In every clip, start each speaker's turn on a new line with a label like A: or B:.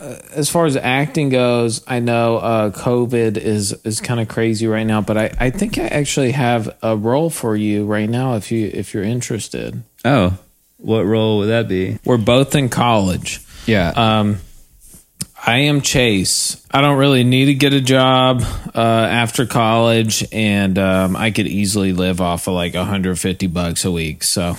A: as far as acting goes, I know uh, COVID is is kind of crazy right now, but I, I think I actually have a role for you right now if you if you're interested.
B: Oh, what role would that be? Uh,
A: We're both in college.
B: Yeah.
A: Um, I am Chase. I don't really need to get a job uh, after college, and um, I could easily live off of like 150 bucks a week. So,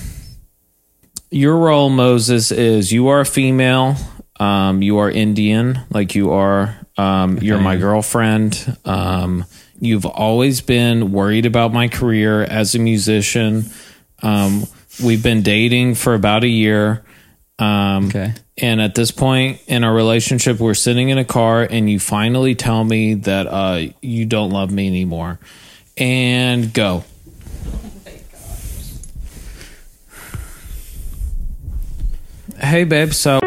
A: your role, Moses, is you are a female, um, you are Indian, like you are. Um, you're my girlfriend. Um, you've always been worried about my career as a musician. Um, we've been dating for about a year. Um,
B: Okay.
A: and at this point in our relationship, we're sitting in a car, and you finally tell me that uh, you don't love me anymore. And go. Hey, babe. So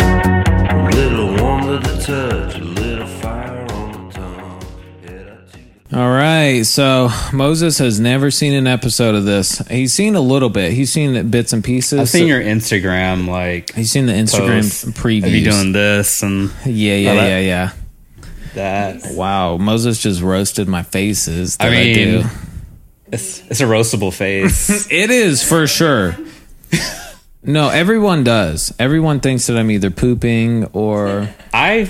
C: Little warm to the touch, a little fire on the tongue. Head up to
A: All right. So Moses has never seen an episode of this. He's seen a little bit. He's seen bits and pieces.
B: I've seen your Instagram like
A: He's seen the Instagram
B: posts
A: previews.
B: of you doing this and
A: yeah, yeah,
B: Oh, that-
A: yeah, yeah.
B: that.
A: Wow, Moses just roasted my faces.
B: I
A: that I
B: mean,
A: do.
B: it's it's a roastable face.
A: it is for sure. no, everyone does. Everyone thinks that I'm either pooping or
B: I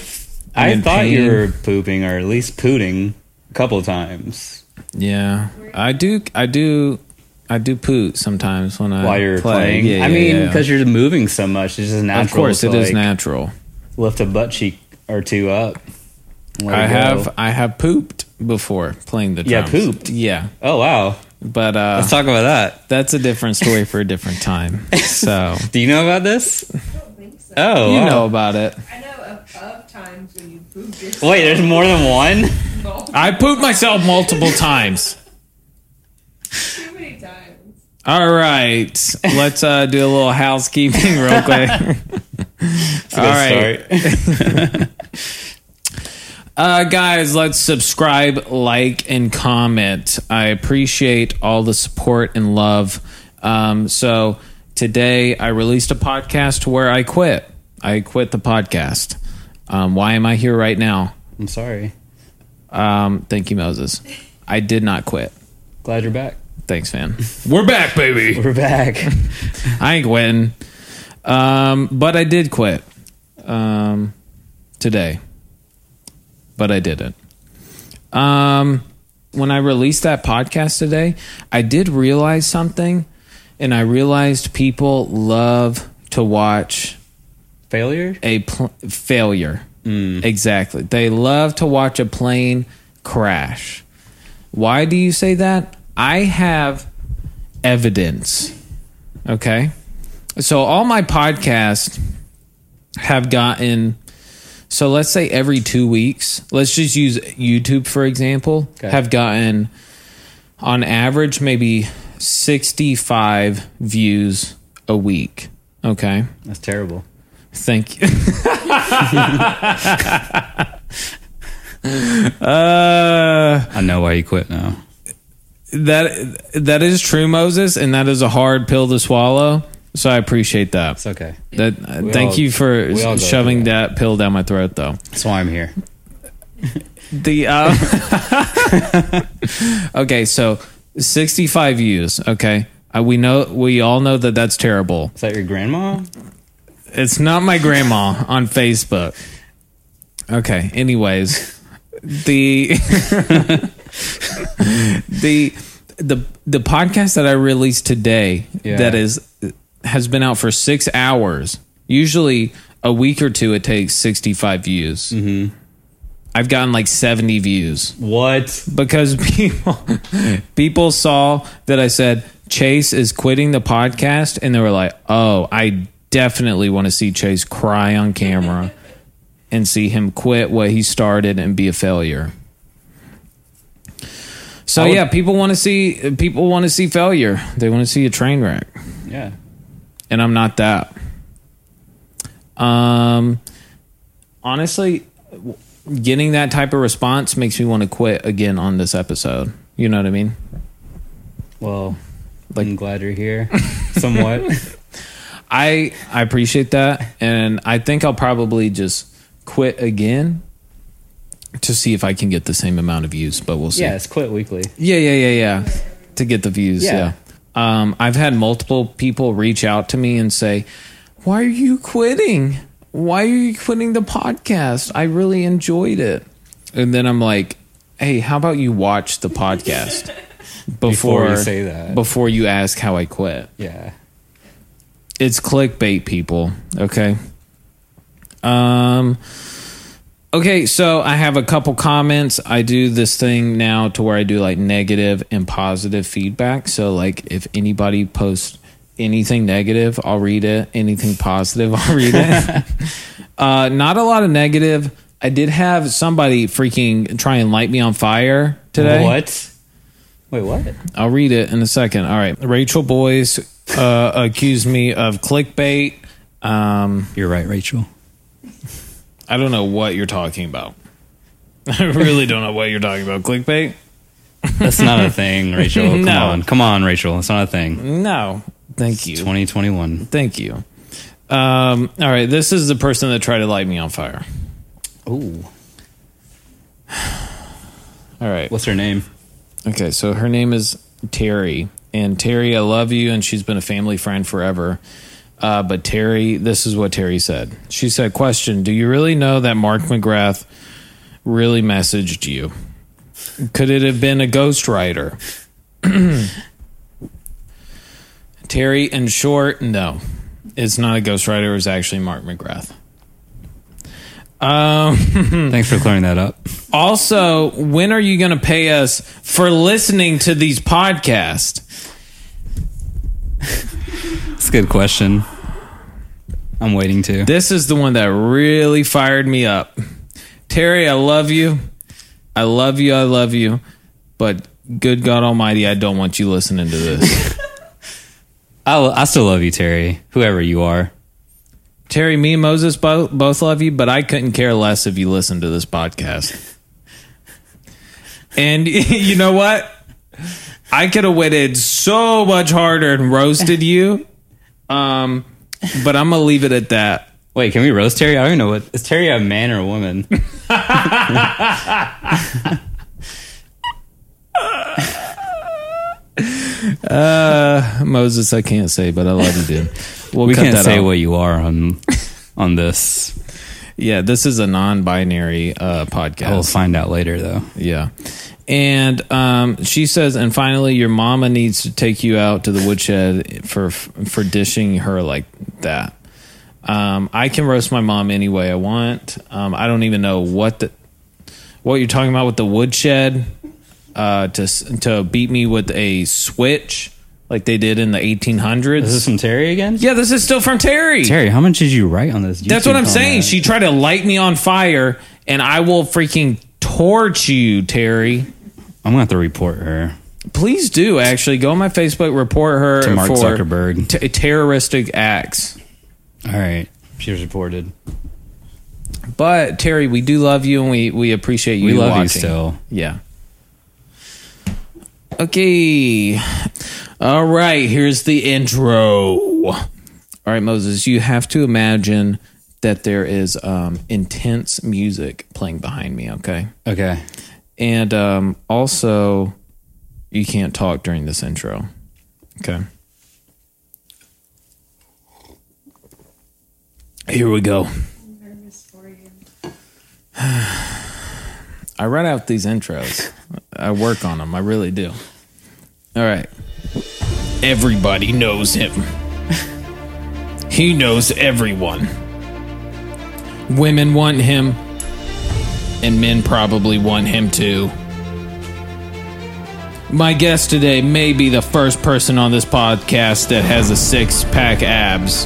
B: I
A: in
B: thought
A: pain.
B: you were pooping or at least pooting a couple times
A: yeah. I do. I do. I do poot sometimes when I
B: while you're
A: Uh, play.
B: playing.
A: Yeah, yeah,
B: I mean,
A: yeah.
B: because you're moving so much, it's just natural.
A: of course
B: to,
A: it is
B: like,
A: natural.
B: Lift a butt cheek or two up. and let
A: I
B: it go.
A: have I have pooped before playing the
B: Yeah,
A: drums.
B: pooped?
A: Yeah,
B: Oh wow!
A: but uh,
B: Let's talk about that.
A: that's a different story for a different time. So
B: Do you know about this?
D: don't think so.
B: Oh,
A: you
B: wow.
A: know about it.
D: I know of, of times when you pooped yourself.
B: Wait, there's more than one.
A: I pooped myself multiple times.
D: Too many times.
A: All right, let's uh, do a little housekeeping real quick.
B: All
A: right. Uh, guys, let's subscribe, like, and comment. I appreciate all the support and love. Um, so today I released a podcast where I quit. I quit the podcast. Um, why am I here right now?
B: I'm sorry.
A: Um, thank you, Moses. I did not quit.
B: Glad you're back.
A: Thanks, man. We're back, baby.
B: We're back.
A: I ain't quitting. Um, but I did quit um, today. But I didn't. Um, when I released that podcast today, I did realize something, and I realized people love to watch
B: Failure.
A: a pl- failure. Exactly. They love to watch a plane crash. Why do you say that? I have evidence. Okay. So all my podcasts have gotten so let's say every 2 weeks, let's just use YouTube for example,
B: Okay.
A: have gotten on average maybe 65 views a week. Okay.
B: That's terrible.
A: Thank you. uh,
B: I know why you quit now.
A: that that is true, Moses, and that is a hard pill to swallow. So I appreciate that.
B: It's okay.
A: That uh,
B: We
A: thank
B: all-
A: you for
B: we all go
A: shoving that pill down my throat, though.
B: That's why I'm here.
A: The
B: uh,
A: um, okay, so sixty-five views. Okay, uh, we know we all know that that's terrible.
B: Is that your grandma?
A: It's not my grandma on Facebook. Okay. Anyways, the the the the podcast that I released today
B: Yeah.
A: that is has been out for six hours. Usually a week or two it takes sixty five views. Mm-hmm. I've gotten like seventy views
B: What?
A: because people people saw that I said Chase is quitting the podcast, and they were like, "Oh, I definitely want to see Chase cry on camera and see him quit what he started and be a failure." So
B: I would-
A: yeah, people want to see people want to see failure. They want to see a train wreck,
B: Yeah.
A: and I'm not that. Um, honestly, w- getting that type of response makes me want to quit again on this episode. You know what I mean?
B: Well, I'm glad you're here. Somewhat.
A: I I appreciate that, and I think I'll probably just quit again to see if I can get the same amount of views. But we'll see.
B: yes, quit weekly.
A: Yeah, yeah, yeah, yeah. To get the views. Yeah.
B: Yeah.
A: Um, I've had multiple people reach out to me and say, Why are you quitting? Why are you quitting the podcast? I really enjoyed it. And then I'm like, Hey, how about you watch the podcast before,
B: Before you say that.
A: Before you ask how I quit.
B: Yeah.
A: It's clickbait, people. Okay. Um. Okay, so I have a couple comments. I do this thing now to where I do like negative and positive feedback. So like if anybody posts anything negative, I'll read it. Anything positive, I'll read it. uh, not a lot of negative. I did have somebody freaking try and light me on fire today.
B: What? Wait, what?
A: I'll read it in a second. All right. Rachel Boyce uh, accused me of clickbait. Um,
B: You're right, Rachel.
A: I don't know what you're talking about. I really don't know what you're talking about. Clickbait?
B: That's not a thing, Rachel. Come
A: No.
B: on. Come on, Rachel. It's not a thing.
A: No. Thank
B: Mm.
A: you.
B: 2021.
A: Thank you. Um, all right. This is the person that tried to light me on fire.
B: Ooh.
A: All right.
B: What's her name?
A: Okay, so her name is Terry. And Terry, I love you, and she's been a family friend forever. Uh, but Terry, this is what Terry said. She said, Question Do you really know that Mark McGrath really messaged you? Could it have been a ghostwriter? Terry, in short, no. It's not a ghostwriter. It was actually Mark McGrath. Um,
B: Thanks for clearing that up.
A: Also, when are you going to pay us for listening to these podcasts?
B: It's a good question. I'm waiting to.
A: This is the one that really fired me up. Terry, I love you. I love you. I love you. But good God Almighty, I don't want you listening to this.
B: I, I still love you, Terry. Whoever you are.
A: Terry, me and Moses both, both love you, but I couldn't care less if you listened to this podcast. And you know what? I could have waited so much harder and roasted you. Um, but I'm going to leave it at that.
B: Wait, can we roast Terry? I don't even know what is Terry a man or a woman?
A: Moses, I can't say, but I love you, dude. Well,
B: We can't say what you are on on this.
A: Yeah, this is a non-binary uh, podcast.
B: We'll find out later though.
A: Yeah, and um, she says, and finally, your mama needs to take you out to the woodshed for for dishing her like that. Um, I can roast my mom any way I want. Um, I don't even know what the what you're talking about with the woodshed uh, to s- to beat me with a switch like they did in the 1800s.
B: Is this from Terry again?
A: yeah, this is still from Terry.
B: Terry, how much did you write on this?
A: That's
B: YouTube
A: what I'm saying.
B: comment?
A: She tried to light me on fire, and I will freaking torch you, Terry.
B: I'm gonna have to report her
A: Please do actually go on my Facebook, report her
B: to Mark
A: for
B: Zuckerberg.
A: t- terroristic acts.
B: All right. She was reported.
A: But Terry, we do love you, and we we appreciate you.
B: We love
A: watching.
B: you still.
A: Yeah. Okay. All right. Here's the intro. All right, Moses, you have to imagine that there is um, intense music playing behind me. Okay.
B: Okay.
A: And um, also, you can't talk during this intro. Okay. Here we go.
D: I'm nervous for you.
A: I write out these intros. I work on them. I really do. All right. Everybody knows him. he knows everyone. Women want him, and men probably want him too. My guest today may be the first person on this podcast that has a six pack abs.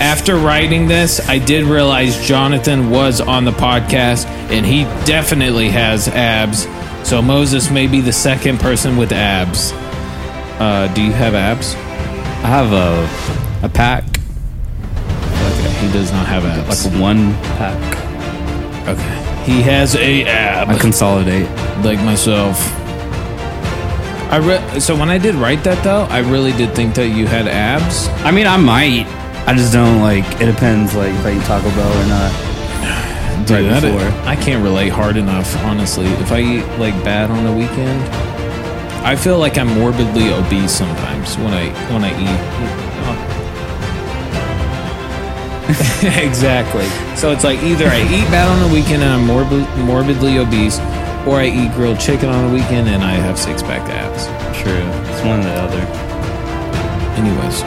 A: After writing this, I did realize Jonathan was on the podcast and he definitely has abs. So Moses may be the second person with abs. Uh, do you have abs?
B: I have a a pack. Like a
A: He does not have abs.
B: Like one pack.
A: Okay. He has a ab.
B: I consolidate.
A: like myself. I re- so when I did write that though, I really did think that you had abs.
B: I mean, I might. I just don't like. It depends, like if I eat Taco Bell or not.
A: Dude,
B: Right
A: that-
B: before.
A: I can't relate hard enough, honestly. If I eat like bad on the weekend, I feel like I'm morbidly obese sometimes when I when I eat. exactly. So it's like either I eat bad on the weekend and I'm morbid, morbidly obese, or I eat grilled chicken on the weekend and I have six pack abs.
B: True. It's one or the other.
A: Anyways,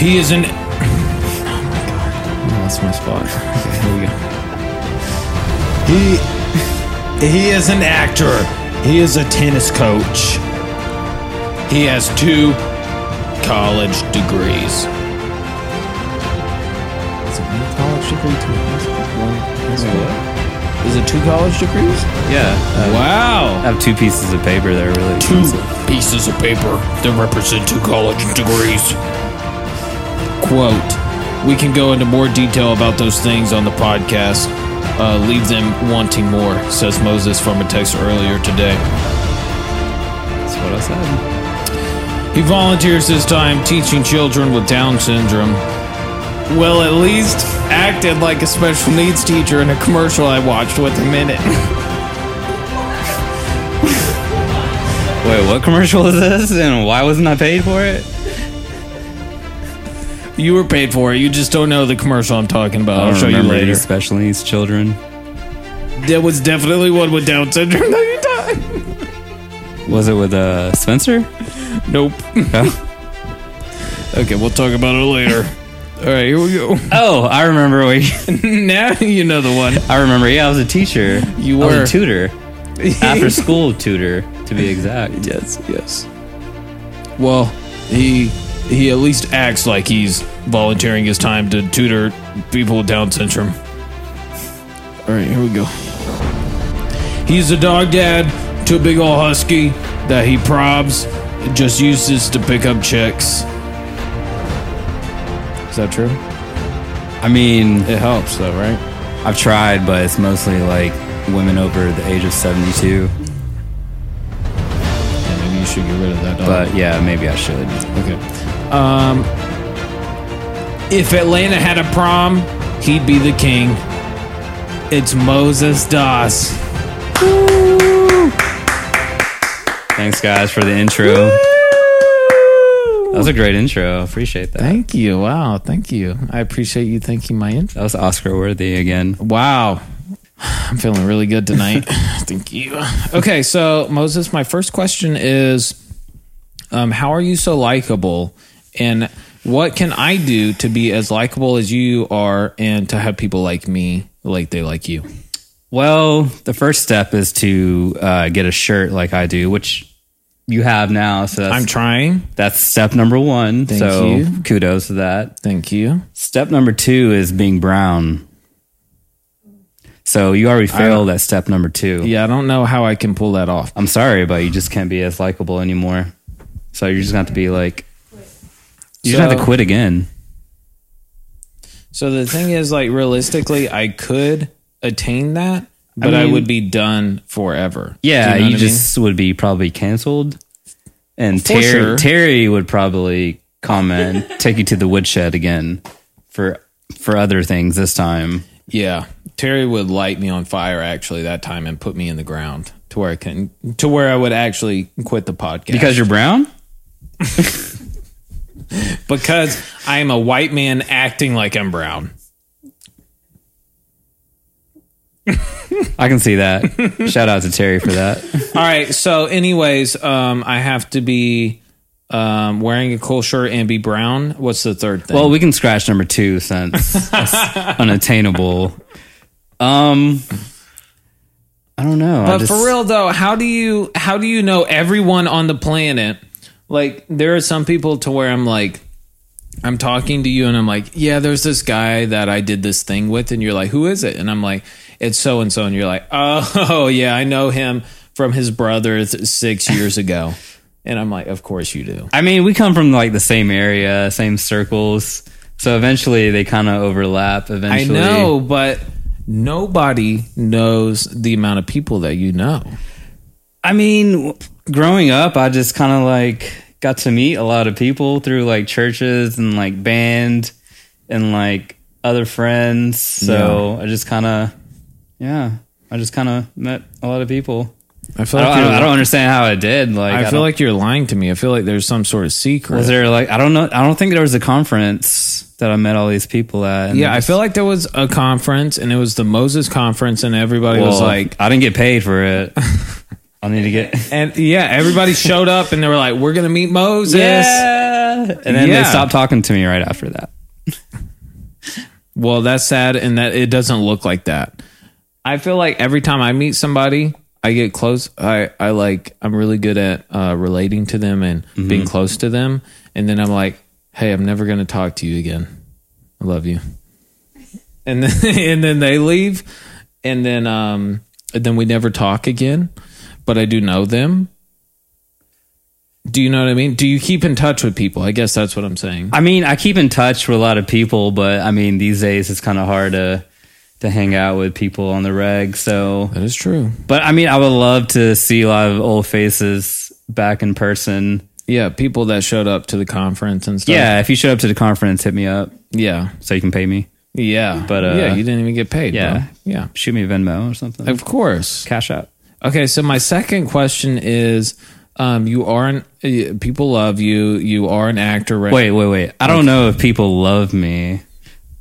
A: he is an. Oh my god, I lost my spot. Okay, here we go. He he is an actor. He is a tennis coach. He has two college degrees. Is it one college degree? Two? One? What? Is it two college degrees?
B: Yeah. uh,
A: Wow
B: I have two pieces of paper that are really
A: two
B: expensive.
A: pieces of paper that represent two college degrees. Quote We can go into more detail about those things on the podcast. Uh, leave them wanting more, says Moses from a text earlier today.
B: That's what I said.
A: He volunteers his time teaching children with Down syndrome. Well, at least acted like a special needs teacher in a commercial I watched with him in it.
B: Wait, what commercial is this? And why wasn't I paid for it?
A: You were paid for it. You just don't know the commercial I'm talking about.
B: I
A: I'll
B: don't
A: show you
B: remember
A: later.
B: any special needs children.
A: There was definitely one with Down syndrome that you died.
B: Was it with uh Spencer?
A: Nope.
B: Oh.
A: Okay, we'll talk about it later. All right, here we go.
B: oh, I remember. What you-
A: now you know the one.
B: I remember. Yeah, I was a teacher.
A: You
B: I was
A: were.
B: a tutor. After school tutor, to be exact.
A: Yes, yes. Well, he he at least acts like he's volunteering his time to tutor people with Down syndrome. All right, here we go. He's a dog dad to a big old husky that he probs just uses to pick up chicks. Is that true?
B: I mean,
A: It helps though, right?
B: I've tried, but it's mostly like women over the age of 72.
A: Yeah, maybe you should get rid of that dog.
B: But yeah, maybe I should.
A: Okay. Um, if Atlanta had a prom, he'd be the king. It's Moses Das.
B: Thanks, guys, for the intro. That was a great intro. I appreciate that.
A: Thank you. Wow. Thank you. I appreciate you thanking my intro.
B: That was Oscar worthy again.
A: Wow. I'm feeling really good tonight. Thank you. Okay, so Moses, my first question is um, how are you so likable and what can I do to be as likable as you are and to have people like me like they like you?
B: Well, the first step is to uh, get a shirt like I do, which you have now. So that's,
A: I'm trying.
B: that's step number one.
A: Thank
B: so
A: you.
B: kudos to that.
A: Thank you.
B: Step number two is being brown. So you already failed at step number two.
A: Yeah, I don't know how I can pull that off.
B: I'm sorry, but you just can't be as likable anymore. So you're just gonna have to be like, you just have to
A: So-
B: quit again.
A: So the thing is, like, realistically, I could attain that, but I,
B: mean-
A: would be done forever.
B: Yeah,
A: Do
B: you,
A: know what I mean?
B: just would be probably canceled, and
A: For
B: Terry
A: sure.
B: Terry would probably comment, take you to the woodshed again for for other things this time.
A: Yeah, Terry would light me on fire actually that time and put me in the ground to where I can to where I would actually quit the podcast
B: Because you're brown,
A: because I am a white man acting like I'm brown.
B: I can see that. Shout out to Terry for that.
A: All right, so anyways, um, I have to be um, wearing a cool shirt and be brown. What's the third thing?
B: Well, we can scratch number two since that's unattainable. Um, I don't know. I
A: But
B: just-
A: for real though, how do you how do you know everyone on the planet? Like there are some people to where I'm like I'm talking to you and I'm like, "Yeah, there's this guy that I did this thing with." And you're like, "Who is it?" And I'm like, "It's so and so." And you're like, "Oh, yeah, I know him from his brother th- 6 years ago." And I'm like, "Of course you do."
B: I mean, we come from like the same area, same circles. So eventually they kind of overlap.
A: I
B: Eventually,
A: know, but nobody knows the amount of people that you know.
B: I mean, w- growing up, I just kind of like got to meet a lot of people through like churches and like band and like other friends. So I just kind of, yeah, I just kind of met a lot of people.
A: I feel like
B: I don't, I, don't,
A: you're-
B: I don't understand how I did. Like,
A: I feel
B: don't-
A: like you're lying to me. I feel like there's some sort of secret.
B: was there like I don't know. I don't think there was a conference that I met all these people at. and
A: yeah,
B: they
A: I
B: just-
A: feel like there was a conference and it was the Moses conference and everybody was
B: Well,
A: like
B: I didn't get paid for it. I need to get.
A: and yeah, everybody showed up and they were like, We're gonna meet Moses.
B: and then
A: Yeah.
B: they stopped talking to me right after that.
A: Well, that's sad, and that it doesn't look like that. I feel like every time I meet somebody, I get close. I I like I'm really good at uh, relating to them and being close to them, and then I'm like, hey, I'm never gonna talk to you again. I love you. And then and then they leave, and then um and then we never talk again. But I do know them. Do you know what I mean? Do you keep in touch with people? I guess that's what I'm saying.
B: I mean, I keep in touch with a lot of people, but I mean, these days it's kind of hard to to hang out with people on the reg. So,
A: That is true.
B: but I mean, I would love to see a lot of old faces back in person.
A: Yeah, people that showed up to the conference and stuff.
B: Yeah, if you show up to the conference, hit me up
A: yeah,
B: so you can pay me.
A: yeah.
B: But, uh,
A: yeah, you didn't even get paid.
B: yeah.
A: bro. yeah.
B: Shoot me a Venmo or something.
A: Of course.
B: Cash out.
A: Okay, so my second question is, um, you are an uh, people love you. You are an actor, right?
B: Wait, wait, wait. I don't know if people love me.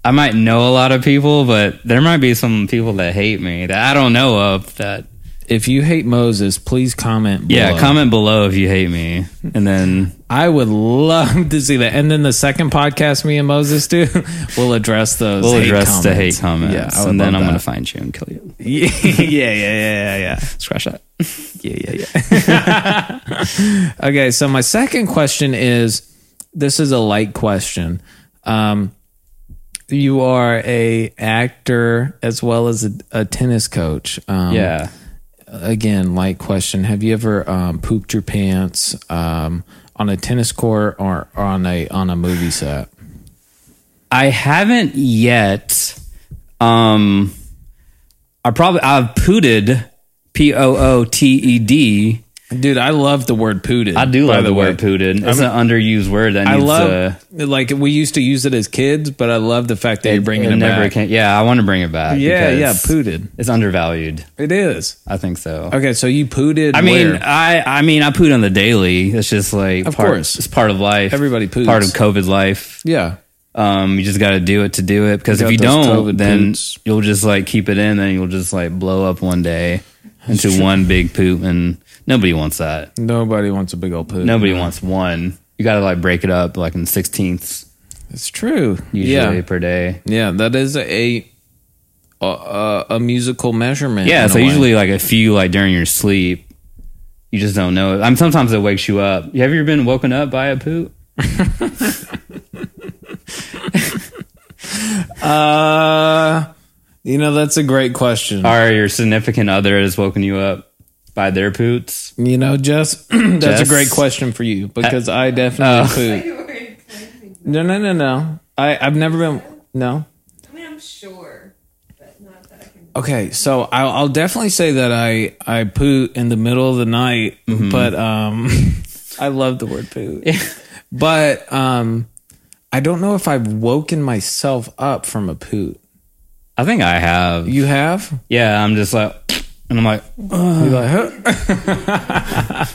B: I might know a lot of people, but there might be some people that hate me that I don't know of. That
A: If you hate Moses, please comment. Below.
B: yeah, comment below if you hate me, and then
A: I would love to see that. And then the second podcast me and Moses do, we'll address those.
B: we'll
A: hate
B: address the hate
A: comments.
B: comments,
A: Yeah, I would
B: and then
A: love
B: I'm gonna
A: that.
B: find you and kill you.
A: yeah, yeah, yeah, yeah, yeah.
B: Scratch that.
A: Yeah, yeah, yeah. okay, so my second question is this is a light question. Um, you are a actor as well as a, a tennis coach. Um,
B: Yeah,
A: Again, light question. Have you ever um, pooped your pants um, on a tennis court or on a on a movie set?
B: I haven't yet. Um, I probably I've pooted, p o o t e d.
A: Dude, I love the word pooted.
B: I do
A: by
B: love the,
A: way.
B: word uh, pooted. It's an underused word that
A: I
B: needs
A: love
B: to.
A: like we used to use it as kids, but I love the fact that you're bringing it,
B: never
A: back.
B: Can, yeah, I want to bring it back.
A: yeah, yeah,
B: because
A: pooted.
B: It's undervalued.
A: It is.
B: I think so.
A: Okay, so you pooted.
B: I mean,
A: where?
B: I I mean, I poot on the daily. It's just like
A: Of
B: part,
A: course.
B: it's part of life.
A: Everybody poots.
B: Part of COVID life.
A: yeah,
B: Um, you just got to do it to do it because
A: You
B: if you
A: got those
B: don't,
A: COVID
B: then
A: poots.
B: you'll just like keep it in, and you'll just like blow up one day into one big poop, and nobody wants that.
A: nobody wants a big old poot.
B: Nobody wants one. You got to like break it up like in sixteenths
A: It's true.
B: usually
A: Yeah,
B: per day.
A: yeah, that is a a, a, a musical measurement. in
B: Yeah,
A: a
B: so
A: way.
B: usually like a few like during your sleep, you just don't know. it. I'm sometimes it wakes you up. Have you ever been woken up by a poop?
A: uh, you know, that's a great question.
B: Or your significant other has woken you up by their poots?
A: You know, Jess, that's a
B: Jess? Uh,
A: great question for you because I definitely poot.
D: You were claiming that.
A: No, no, no, no. I I've never been. No.
D: I mean, I'm sure, but not that I can.
A: Okay, so I'll, I'll definitely say that I I poot in the middle of the night,
B: Mm-hmm.
A: but um, I love the word poot. But um, I don't know if I've woken myself up from a poot.
B: I think I have.
A: You have?
B: Yeah, I'm just like, and I'm like,
A: You're like, huh?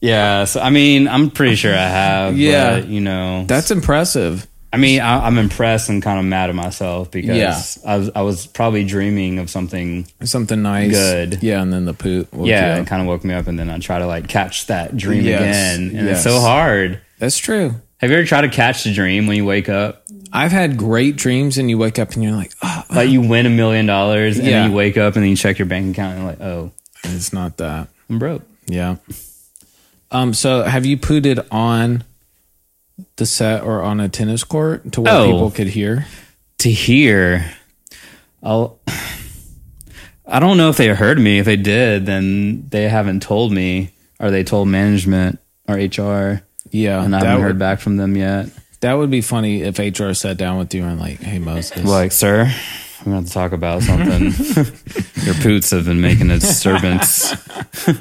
B: yeah. So I mean, I'm pretty sure I have.
A: Yeah.
B: Yeah, you know,
A: That's impressive.
B: I mean, I, I'm impressed and kind of mad at myself because
A: Yeah.
B: I was I was probably dreaming of something.
A: Something nice.
B: Good.
A: Yeah, and then the poot. woke
B: yeah,
A: you
B: it
A: up.
B: kind of woke me up, and then I try to like catch that dream
A: Yes,
B: again, and
A: yes.
B: it's so hard.
A: That's true.
B: Have you ever tried to catch the dream when you wake up?
A: I've had great dreams, and you wake up and you're like, oh,
B: Like you win a million dollars and
A: Yeah.
B: then you wake up and then you check your bank account and like, oh,
A: it's not that.
B: I'm broke.
A: Yeah. Um. So, have you pooted on the set or on a tennis court to where
B: Oh.
A: people could hear?
B: To hear, I'll. I don't know if they heard me. If they did, then they haven't told me, or they told management or HR,
A: Yeah,
B: and I
A: that
B: haven't
A: would-
B: heard back from them yet.
A: That would be funny if HR sat down with you and like, hey Moses,
B: Like, sir, I'm going to talk about something. Your poots have been making a disturbance. I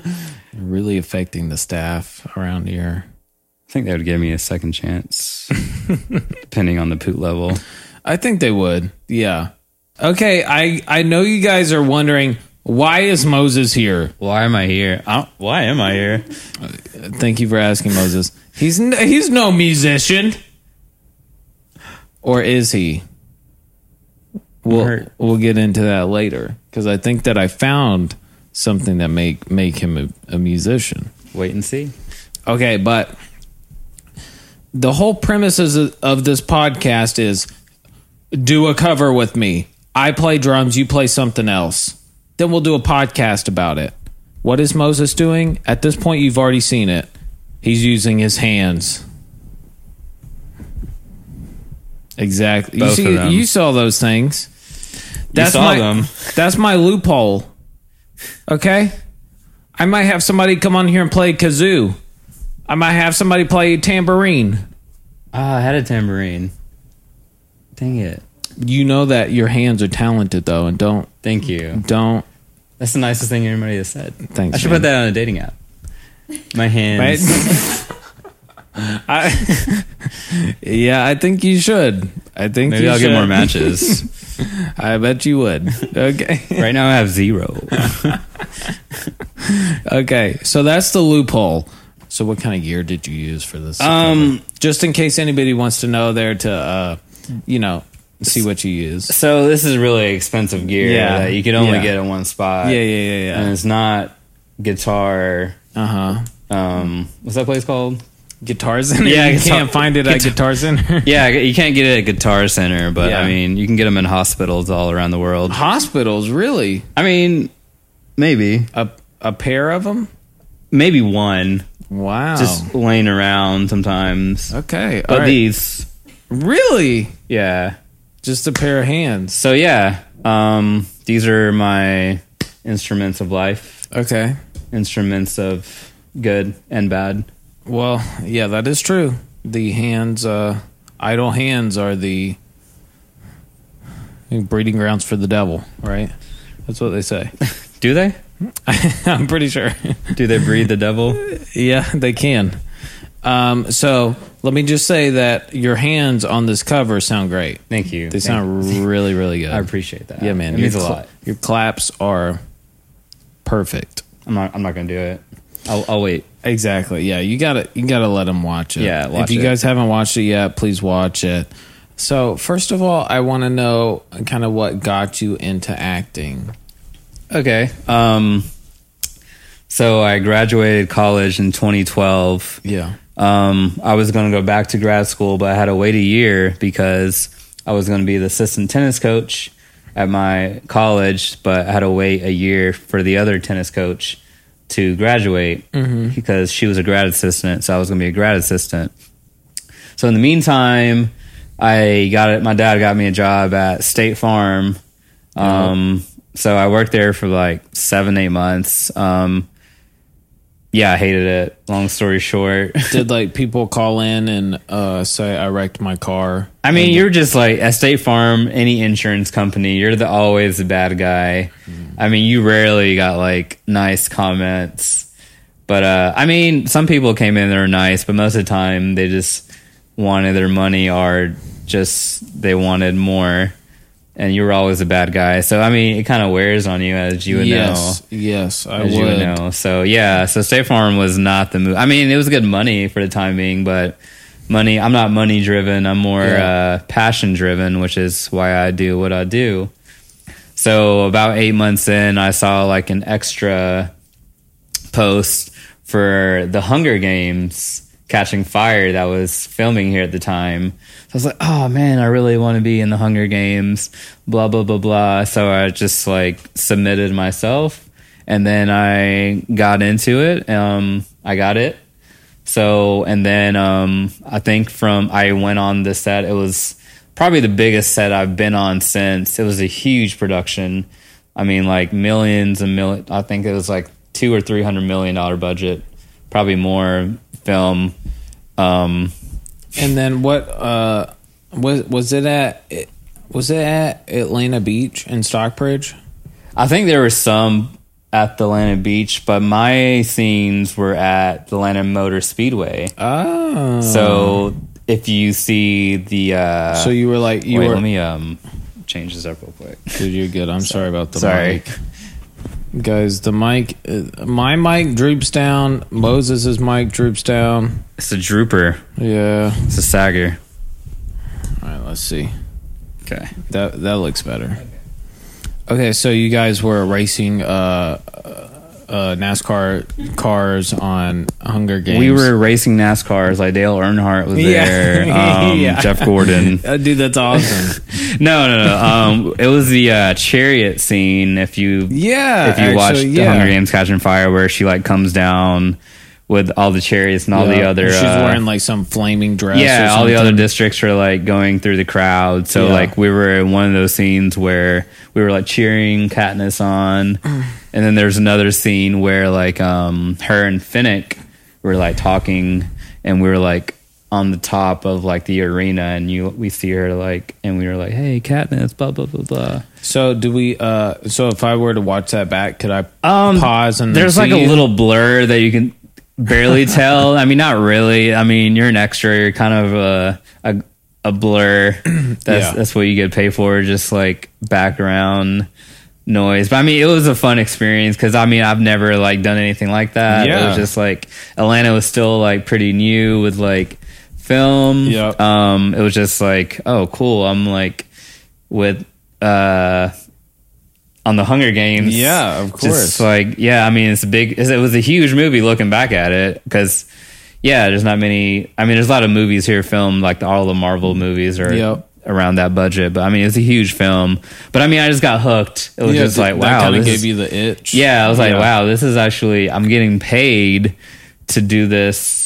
A: you're really affecting the staff around here.
B: think they would give me a second chance, depending on the poot level.
A: I think they would. Yeah. Okay, I I know you guys are wondering why is Moses here?
B: Why am I here? I don't- why am I here?
A: Thank you for asking, Moses. He's n- he's no musician, or is he? We'll
B: Right.
A: we'll get into that later because I think that I found something that make make him a, a musician.
B: Wait and see.
A: Okay, but the whole premise is- of this podcast is do a cover with me. I play drums, you play something else. Then we'll do a podcast about it. What is Moses doing? At this point, you've already seen it. He's using his hands. Exactly. You,
B: Both of
A: see,
B: them.
A: you saw those things.
B: saw
A: my,
B: them.
A: That's my loophole. Okay? I might have somebody come on here and play kazoo. I might have somebody play tambourine.
B: Ah, I had a tambourine. Dang it.
A: You know that your hands are talented though, and don't
B: Thank you.
A: don't
B: That's the nicest thing anybody has said.
A: Thanks,
B: I should
A: man.
B: put that on a dating app. My
A: right.
B: hands.
A: I, yeah, I think you should. I think
B: Maybe
A: you
B: I'll
A: should.
B: get more matches.
A: I bet you would. Okay,
B: right now I have zero.
A: okay. So that's the loophole. So what kind of gear did you use for this?
B: Um,
A: just in case anybody wants to know, there to uh, you know, see what you use.
B: So this is really expensive gear
A: Yeah.
B: that you can only
A: Yeah.
B: get in one spot.
A: Yeah, yeah, yeah,
B: And
A: yeah.
B: it's not guitar.
A: Uh huh.
B: Um, what's that place called?
A: Guitar Center.
B: Yeah,
A: you
B: guitar-
A: can't find it at Guitar Center.
B: Yeah, you can't get it at Guitar Center, but
A: Yeah.
B: I mean, you can get them in hospitals all around the world.
A: Hospitals, really?
B: I mean, maybe,
A: A a pair of them?
B: maybe one
A: Wow.
B: just laying around sometimes.
A: oh. okay. all
B: But
A: right.
B: these,
A: really?
B: yeah.
A: Just a pair of hands.
B: So yeah, um, these are my instruments of life,
A: Okay.
B: instruments of good and bad.
A: Well, yeah, that is true. The hands, uh, idle hands are the breeding grounds for the devil, right? That's what they say.
B: Do they?
A: I'm pretty sure.
B: Do they breed the devil?
A: yeah, they can. Um, so let me just say that your hands on this cover sound great.
B: Thank you.
A: They
B: Thank
A: sound really, really good.
B: I appreciate that.
A: Yeah, man.
B: It means a
A: your cla-
B: lot.
A: Your claps are perfect.
B: I'm not. I'm not gonna do it. I'll, I'll wait.
A: Exactly. Yeah, you gotta you gotta let them watch it.
B: Yeah, watch
A: if you
B: it.
A: guys haven't watched it yet, please watch it. So first of all, I want to know kind of what got you into acting.
B: Okay. Um. So I graduated college in 2012.
A: Yeah.
B: Um, I was gonna go back to grad school, but I had to wait a year because I was gonna be the assistant tennis coach at my college, but I had to wait a year for the other tennis coach to graduate because she was a grad assistant, so I was gonna be a grad assistant. So in the meantime, I got it. My dad got me a job at State Farm. Um, so I worked there for like seven, eight months. Um, yeah, I hated it. Long story short,
A: Did like people call in and uh, say I wrecked my car?
B: I mean, you're just like at State Farm, any insurance company, you're the always the bad guy. I mean, you rarely got like nice comments. But uh I mean, some people came in they were nice, but most of the time they just wanted their money or just they wanted more. And you were always a bad guy. So I mean, it kind of wears on you as you would know
A: yes, yes, I
B: as you
A: would.
B: would know. So yeah, so State Farm was not the move. I mean, it was good money for the time being, but money. I'm not money driven. I'm more
A: Yeah.
B: uh, passion driven, which is why I do what I do. So about eight months in, I saw like an extra post for the Hunger Games Catching Fire that was filming here at the time. So I was like, oh man, I really want to be in the Hunger Games, blah, blah, blah, blah. So I just like submitted myself and then I got into it. Um, I got it. So, and then um, I think from I went on the set, it was probably the biggest set I've been on since. It was a huge production. I mean, like millions and million. I think it was like two or three hundred million dollar budget, probably more film. Um,
A: And then what? Uh, was was it at? it- Was it at Atlanta Beach in Stockbridge?
B: I think there were some at the Atlanta Beach, but my scenes were at the Atlanta Motor Speedway.
A: Oh,
B: So if you see the uh
A: so you were like you
B: wait,
A: were.
B: let me um change this up real quick.
A: Dude, you're good. I'm sorry about the
B: Sorry.
A: mic. Guys, the mic, uh, my mic droops down. Moses' mic droops down.
B: It's a drooper.
A: Yeah.
B: It's a sagger.
A: All right, let's see.
B: Okay.
A: That that looks better. Okay, so you guys were racing uh, uh, NASCAR cars on Hunger Games.
B: We were racing NASCARs. Like Dale Earnhardt was
A: Yeah.
B: there. Um,
A: Yeah.
B: Jeff Gordon.
A: Uh, dude, that's awesome.
B: No, no, no. Um, it was the uh, chariot scene. If you
A: yeah.
B: if you
A: actually,
B: watched
A: yeah.
B: the Hunger Games Catching Fire, where she like comes down with all the chariots and all the
A: Yeah.
B: other.
A: She's
B: uh,
A: wearing like some flaming dress. or
B: yeah, all the
A: something.
B: other districts are like going through the crowd. So
A: Yeah.
B: like we were in one of those scenes where we were like cheering Katniss on,
A: Mm.
B: and then there's another scene where like um her and Finnick were like talking, and we were like on the top of like the arena, and you we see her like, and we were like, hey Katniss, blah blah blah blah.
A: So do we? uh So if I were to watch that back, could I
B: Um,
A: pause and then
B: There's like
A: see
B: a
A: you?
B: little blur that you can barely tell. I mean, not really. I mean, you're an extra. You're kind of a a, a blur. That's
A: Yeah.
B: that's what you get paid for. Just like background noise. But I mean, it was a fun experience because I mean, I've never like done anything like that. It
A: Yeah.
B: was just like Atlanta was still like pretty new with like film.
A: Yep.
B: Um, it was just like, oh, cool. I'm like with uh on the Hunger Games.
A: Yeah, of course.
B: Just like, yeah, I mean, it's a big, it was a huge movie looking back at it because, yeah, there's not many, I mean, there's a lot of movies here filmed, like the, all the Marvel movies are
A: Yep.
B: around that budget, but I mean, it's a huge film. But I mean, I just got hooked. It was
A: Yeah,
B: just
A: th-
B: like,
A: that
B: wow.
A: kind of
B: this
A: gave
B: is-
A: you the itch.
B: yeah, I was like,
A: Yeah.
B: wow, this is actually, I'm getting paid to do this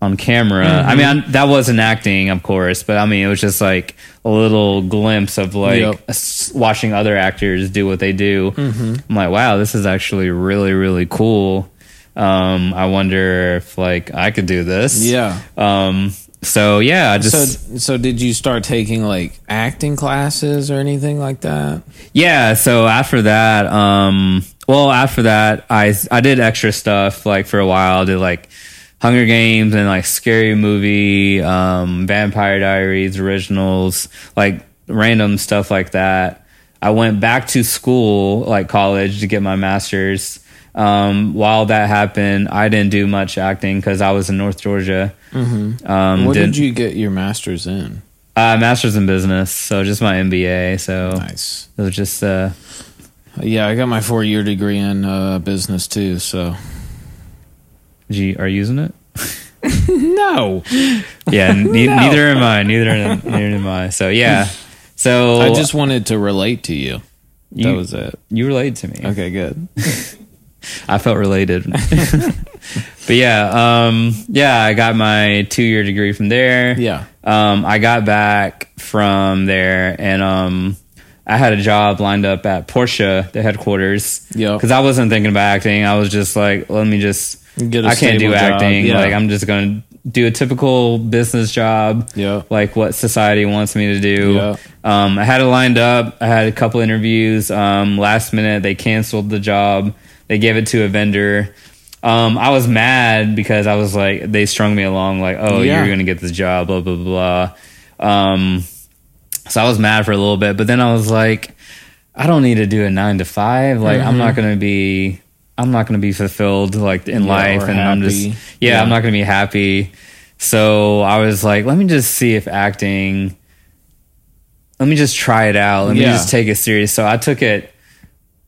B: on camera. I
A: Mm-hmm.
B: mean, I, that wasn't acting, of course, but I mean, it was just like a little glimpse of like
A: Yep. Mm-hmm.
B: s- watching other actors do what they do. I'm like, wow, this is actually really, really cool. Um, I wonder if like I could do this.
A: yeah.
B: Um, so yeah, I
A: So
B: just
A: so did you start taking like acting classes or anything like that?
B: yeah so after that um well after that i i did extra stuff like for a while I did like hunger games and like scary movie um vampire diaries originals like random stuff like that i went back to school like college to get my master's um while that happened i didn't do much acting because i was in north georgia um
A: Mm-hmm. What
B: did,
A: did you get your masters in?
B: uh master's in business so just my mba so
A: Nice.
B: it was just uh
A: Yeah, I got my four year degree in uh, business too. So
B: Gee, are you using it?
A: no,
B: Yeah, ne-
A: No.
B: neither am I. Neither am, neither am I. So yeah, so
A: I just wanted to relate to you.
B: you,
A: that was it.
B: you related to me.
A: Okay, good.
B: I felt related. but yeah, um, yeah, I got my two year degree from there.
A: Yeah.
B: um, I got back from there, and um, I had a job lined up at Porsche, the headquarters.
A: Yep.
B: because I wasn't thinking about acting. I was just like, let me just.
A: Get a
B: I can't do
A: stable job.
B: acting.
A: Yeah.
B: Like I'm just gonna do a typical business job.
A: Yeah.
B: Like what society wants me to do.
A: Yeah.
B: Um, I had it lined up. I had a couple interviews. Um, last minute, they canceled the job. They gave it to a vendor. Um, I was mad because I was like, they strung me along, like, oh,
A: Yeah.
B: you're gonna get this job, blah blah blah. Um, so I was mad for a little bit, but then I was like, I don't need to do a nine to five. Like
A: Mm-hmm.
B: I'm not gonna be I'm not gonna be fulfilled like in
A: Yeah,
B: life
A: or
B: and I'm just yeah,
A: happy. Yeah.
B: I'm not gonna be happy. So I was like, let me just see if acting let me just try it out. Let me
A: Yeah.
B: just take it serious. So I took it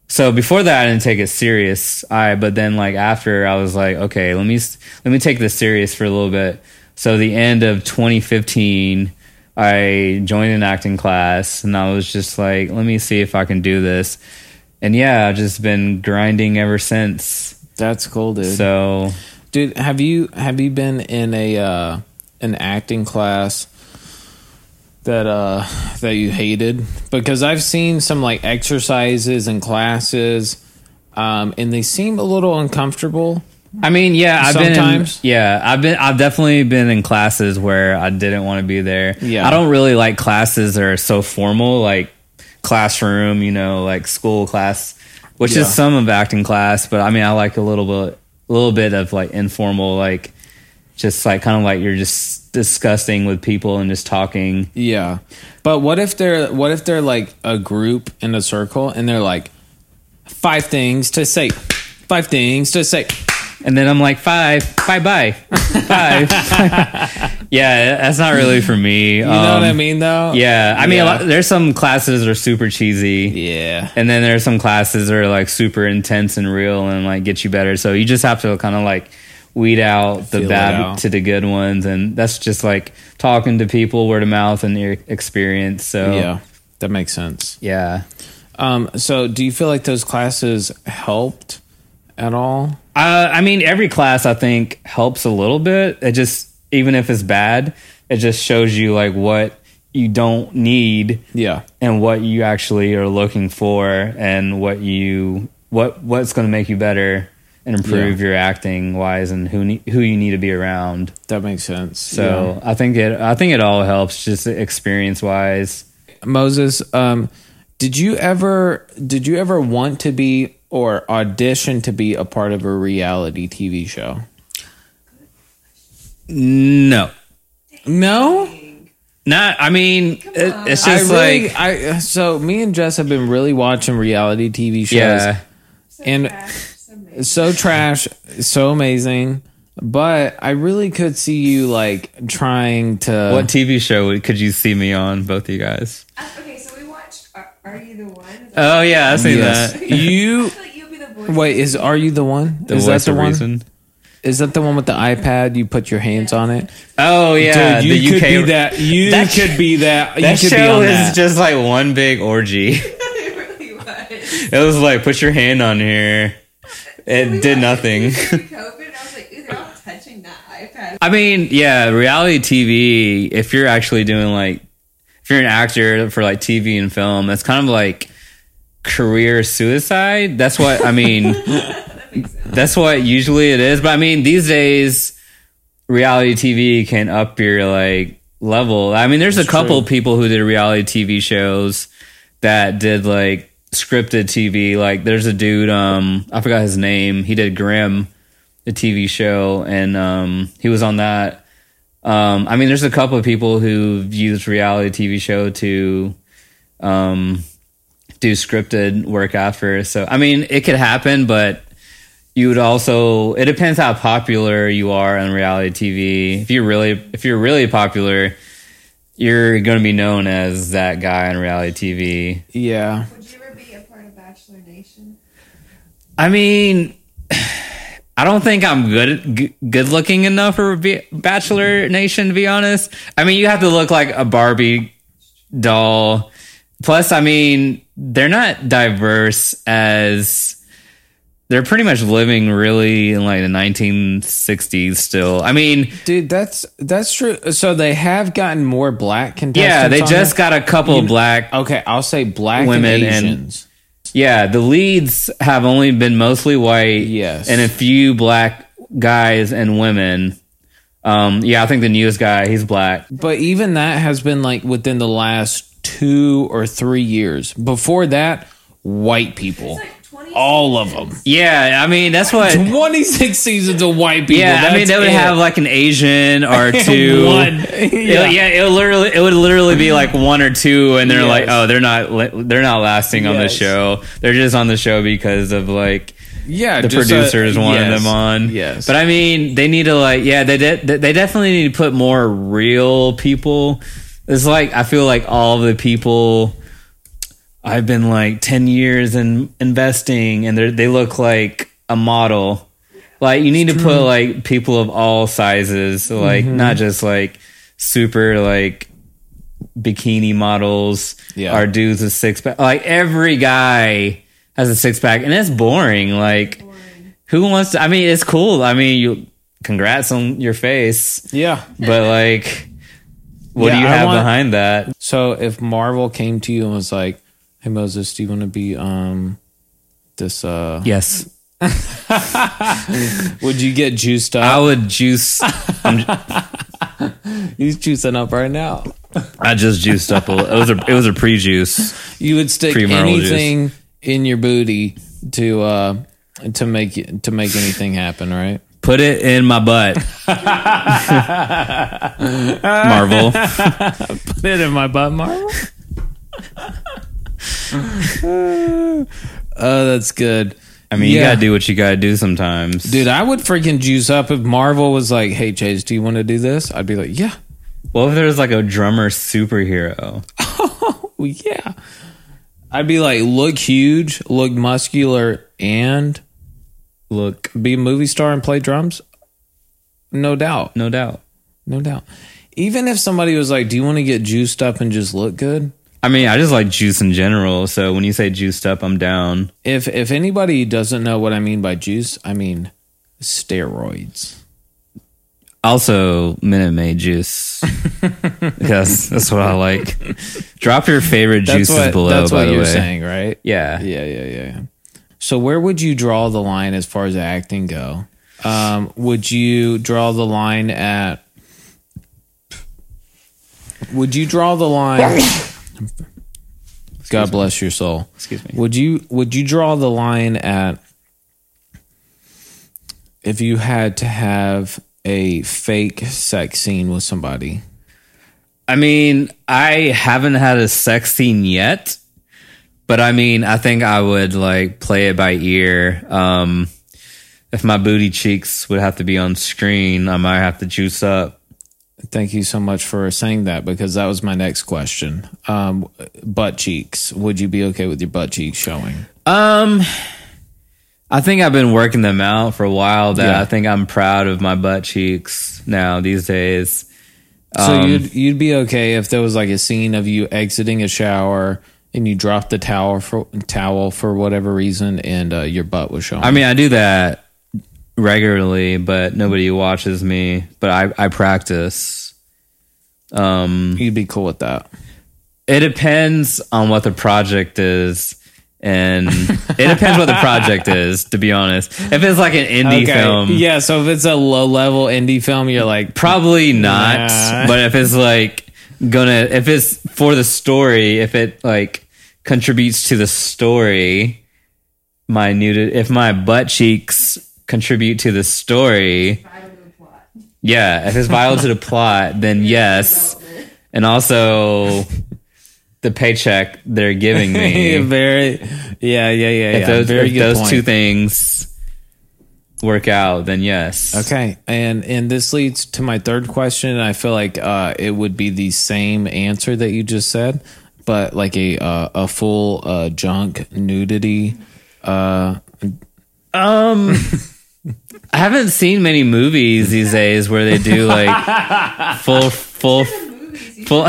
B: so before that I didn't take it serious. I but then like after I was like, okay, let me s- let me take this serious for a little bit. So the end of 2015, I joined an acting class and I was just like, let me see if I can do this. And yeah, I've just been grinding ever since.
A: That's cool, dude.
B: So
A: Dude, have you have you been in a uh, an acting class that uh that you hated? Because I've seen some like exercises and classes, um, and they seem a little uncomfortable.
B: I mean, yeah, I've
A: Sometimes.
B: been in, yeah, I've been I've definitely been in classes where I didn't want to be there.
A: Yeah.
B: I don't really like classes that are so formal, like classroom, you know, like school class, which
A: Yeah.
B: is some of acting class, but I mean, I like a little bit, a little bit of like informal, like just like kind of like you're just discussing with people and just talking.
A: Yeah. But what if they're what if they're like a group in a circle and they're like five things to say, five things to say.
B: And then I'm like, five, bye bye, five. yeah, that's not really for me.
A: You know what I mean though?
B: Um, Yeah, I mean,
A: Yeah.
B: A lot, there's some classes that are super cheesy,
A: Yeah.
B: and then there's some classes that are like super intense and real and like get you better. So you just have to kind of like weed out the
A: Feel it
B: bad
A: out.
B: to the good ones, and that's just like talking to people word of mouth and your experience. So
A: Yeah. That makes sense.
B: yeah.
A: Um so do you feel like those classes helped at all?
B: Uh, I mean, every class I think helps a little bit. It just even if it's bad, it just shows you like what you don't need
A: Yeah.
B: and what you actually are looking for and what you what what's going to make you better and improve your acting wise and who ne- who you need to be around.
A: That makes sense.
B: So I think it I think it all helps just experience wise.
A: Yeah. Moses, um did you ever did you ever want to be or audition to be a part of a reality TV show?
B: No.
A: No?
B: Not I mean it, it's just
A: I really,
B: like
A: I so me and Jess have been really watching reality TV shows.
B: yeah.
D: So
A: And-
D: trash, so amazing.
A: So trash, so amazing. But I really could see you like trying to
B: What TV show would- could you see me on both of you guys?
D: Uh, okay, so we watched Are, Are You the One?
B: Oh yeah, I've seen
A: Yes.
B: that.
A: you
D: I feel like you'll be the voice.
A: Uh, wait, is are you the one? is that
B: Voice
A: the
B: of
A: one?
B: Reason.
A: Is that the one with the iPad? You put your hands on it.
B: Oh yeah,
A: Dude, you
B: the UK
A: could be that. You
B: That-
A: could be that.
B: That
A: you could be
B: show
A: on
B: is
A: that.
B: just like one big orgy.
D: it really was.
B: It was like, put your hand on here.
D: We
B: It
D: watched
B: did nothing.
D: during COVID, and I was like, ooh, they're all touching that iPad.
B: I mean, yeah, reality TV, if you're actually doing like, if you're an actor for like TV and film, that's kind of like career suicide. That's what, I mean, that's what usually it is. But I mean, these days, reality TV can up your like level. I mean, there's a couple people who did reality TV shows that did like scripted TV. Like there's a dude, um, I forgot his name. He did Grimm, the TV show, and um, he was on that. Um, I mean, there's a couple of people who've used reality TV show to um, do scripted work after. So, I mean, it could happen, but you would also it depends how popular you are on reality TV. If you're really if you're really popular, you're going to be known as that guy on reality TV.
A: yeah.
D: Would you ever be a part of Bachelor Nation?
B: I mean, I don't think I'm good g- good looking enough for be- Bachelor Nation to be honest. I mean, you have to look like a Barbie doll. Plus, I mean, they're not diverse as they're pretty much living really in like the 1960s still. I mean,
A: Dude, that's that's true. So they have gotten more black contestants.
B: yeah, they
A: on
B: just got a couple
A: You-
B: black.
A: there? okay. I'll say black
B: Women
A: women
B: and-
A: and Asians.
B: Yeah, the leads have only been mostly white.
A: Yes.
B: and a few black guys and women. Um, yeah, I think the newest guy, he's black.
A: But even that has been like within the last two or three years. Before that, white people,
D: It's like 20
A: all of them,
B: Yeah, I mean that's what.
A: twenty six seasons of white people.
B: Yeah, I mean
A: That's
B: they would
A: it.
B: have like an Asian or two.
A: One.
B: It'll- yeah, it literally it would literally be like one or two, and they're like,
A: Yes.
B: oh, they're not li- they're not lasting on the
A: Yes.
B: show. They're just on the show because of like
A: yeah.
B: the
A: just, uh,
B: producers wanted
A: yes.
B: them on.
A: Yes,
B: but I mean, they need to like, yeah, they de- they definitely need to put more real people. It's like I feel like all the people I've been like ten years in investing, and they they look like a model. Like you need to put like people of all sizes, so, like
A: Mm-hmm.
B: not just like super like bikini models
A: Yeah.
B: or dudes with six pack. Like every guy has a six pack, and it's boring. Like who wants to? I mean, it's cool. I mean, you congrats on your face,
A: yeah.
B: but like, what
A: Yeah,
B: do you
A: I
B: have
A: want-
B: behind that?
A: So if Marvel came to you and was like, "Hey Moses, do you want to be um this uh
B: Yes,
A: Would you get juiced up?
B: I would juice.
A: He's juicing up right now.
B: I just juiced up a little. It was a it was a pre juice.
A: You would stick
B: Pre-moral juice.
A: anything in your booty to uh to make it to make anything happen, right?
B: Put it in my butt. Marvel.
A: Put it in my butt, Marvel. oh, that's good.
B: I mean, you
A: Yeah.
B: gotta do what you gotta do sometimes,
A: Dude, I would freaking juice up if Marvel was like, "Hey Chase, do you want to do this?" I'd be like, "Yeah,
B: What if there's like a drummer superhero?
A: well, yeah." I'd be like, "Look huge, look muscular, and
B: Look,
A: be a movie star and play drums." No doubt,
B: no doubt.
A: no doubt. Even if somebody was like, "Do you want to get juiced up and just look good?"
B: I mean, I just like juice in general. So when you say juiced up, I'm down.
A: If if anybody doesn't know what I mean by juice, I mean steroids.
B: Also, Minute Maid juice. yes, that's what I like. Drop your favorite
A: That's
B: juices
A: what
B: below.
A: that's
B: by
A: what
B: the
A: you're
B: way,
A: saying, right?
B: yeah.
A: Yeah, yeah, yeah. yeah. So where would you draw the line as far as acting go? Um, would you draw the line at? Would you draw the line? God bless your soul.
B: Excuse me.
A: Would you would you draw the line at if you had to have a fake sex scene with somebody?
B: I mean, I haven't had a sex scene yet, but I mean, I think I would like play it by ear. Um, if my booty cheeks would have to be on screen, I might have to juice up.
A: Thank you so much for saying that because that was my next question. Um, butt cheeks. Would you be okay with your butt cheeks showing?
B: Um, I think I've been working them out for a while. That
A: Yeah.
B: I think I'm proud of my butt cheeks now these days.
A: so you'd you'd be okay if there was like a scene of you exiting a shower and you dropped the towel for towel for whatever reason and uh, your butt was showing.
B: I mean, I do that regularly, but nobody watches me. But I, I practice. Um,
A: you'd be cool with that.
B: it depends on what the project is. And it depends what the project is, to be honest. If it's like an indie film,
A: Yeah. So if it's a low level indie film, you're like,
B: Probably not.
A: Nah.
B: But if it's like gonna, if it's for the story, if it like contributes to the story, my nudity, if my butt cheeks contribute to the story, yeah, if it's vital to the plot, then yes. And also the paycheck they're giving me.
A: very. Yeah, yeah, yeah,
B: if
A: yeah.
B: those,
A: very
B: if
A: good
B: those
A: point.
B: two things work out, then yes.
A: Okay, and and this leads to my third question. and I feel like uh, it would be the same answer that you just said, but like a uh, a full uh, junk nudity. Uh,
B: Um, I haven't seen many movies these days where they do like full, full,
D: Movies, you
B: full.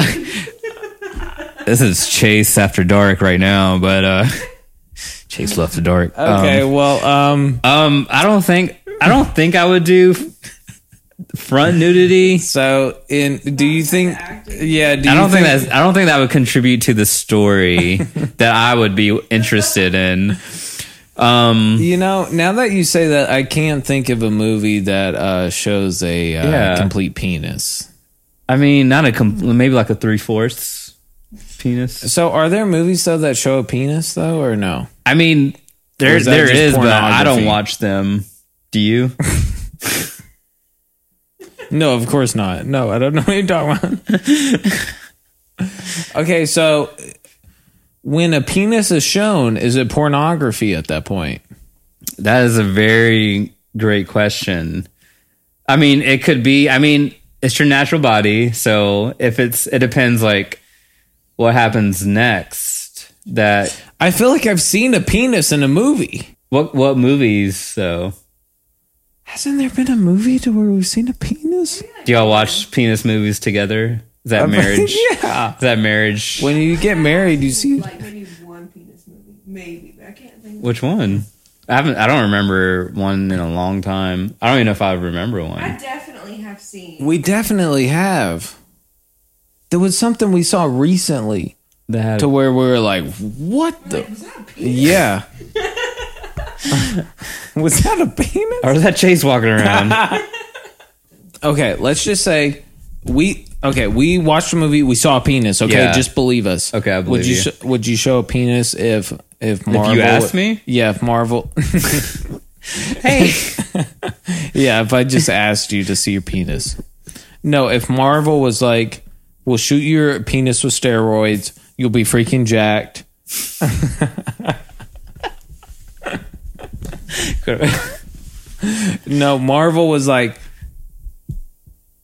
B: this is Chase after dark right now, but uh, Chase left the dark.
A: okay,
B: Um,
A: well, um,
B: um, I don't think I don't think I would do front nudity.
A: so in do you think? Yeah, do
B: I
A: you
B: don't think that's I don't think that would contribute to the story that I would be interested in. Um,
A: You know, now that you say that, I can't think of a movie that uh, shows a uh,
B: Yeah.
A: complete penis.
B: I mean, not a com- maybe like a three fourths penis.
A: So, are there movies though that show a penis though, or no?
B: I mean,
A: Or
B: there
A: is that
B: there
A: just
B: is, but I
A: pornography?
B: don't watch them. Do you?
A: No, of course not. No, I don't know what you're talking about. okay, so when a penis is shown, is it pornography at that point?
B: that is a very great question. I mean, it could be. I mean, it's your natural body, so if it's, it depends. Like, what happens next? That
A: I feel like I've seen a penis in a movie.
B: what what movies though?
A: Hasn't there been a movie to where we've seen a penis?
B: Do y'all watch penis movies together? Is that marriage?
A: Um, yeah.
B: Is that marriage?
A: When you get married, you see.
D: Like maybe one penis movie, maybe, but I can't think.
B: Which one? I haven't. I don't remember one in a long time. I don't even know if I remember one.
D: I definitely have seen.
A: We definitely have. There was something we saw recently
B: that
A: to where we were like, what the?
D: Was that a penis?
A: Yeah. Was that a penis?
B: Or is that Chase walking around?
A: Okay, let's just say we okay we watched a movie. We saw a penis. Okay,
B: Yeah.
A: just believe us.
B: Okay, I
A: would
B: believe
A: you,
B: you.
A: Sh- would you show a penis if if Marvel
B: asked me?
A: Yeah, if Marvel.
B: hey,
A: yeah, if I just asked you to see your penis. No, if Marvel was like, "We'll shoot your penis with steroids. You'll be freaking jacked." No, Marvel was like,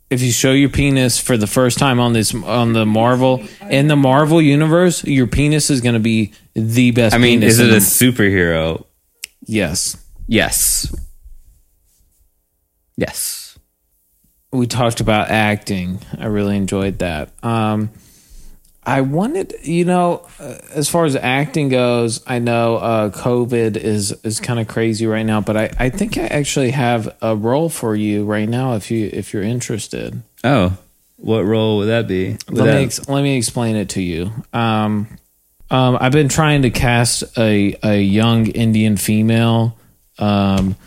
A: if you show your penis for the first time on this on the Marvel in the Marvel universe, your penis is going to be the best.
B: I mean,
A: penis
B: is
A: in
B: it a
A: the-
B: superhero?
A: yes?
B: Yes. Yes.
A: We talked about acting. I really enjoyed that. Um, I wanted, you know, uh, as far as acting goes, I know uh, COVID is is kind of crazy right now, but I, I think I actually have a role for you right now if you if you're interested.
B: Oh, what role would that be? Would
A: let
B: that-
A: me ex- let me explain it to you. Um, um, I've been trying to cast a a young Indian female, um,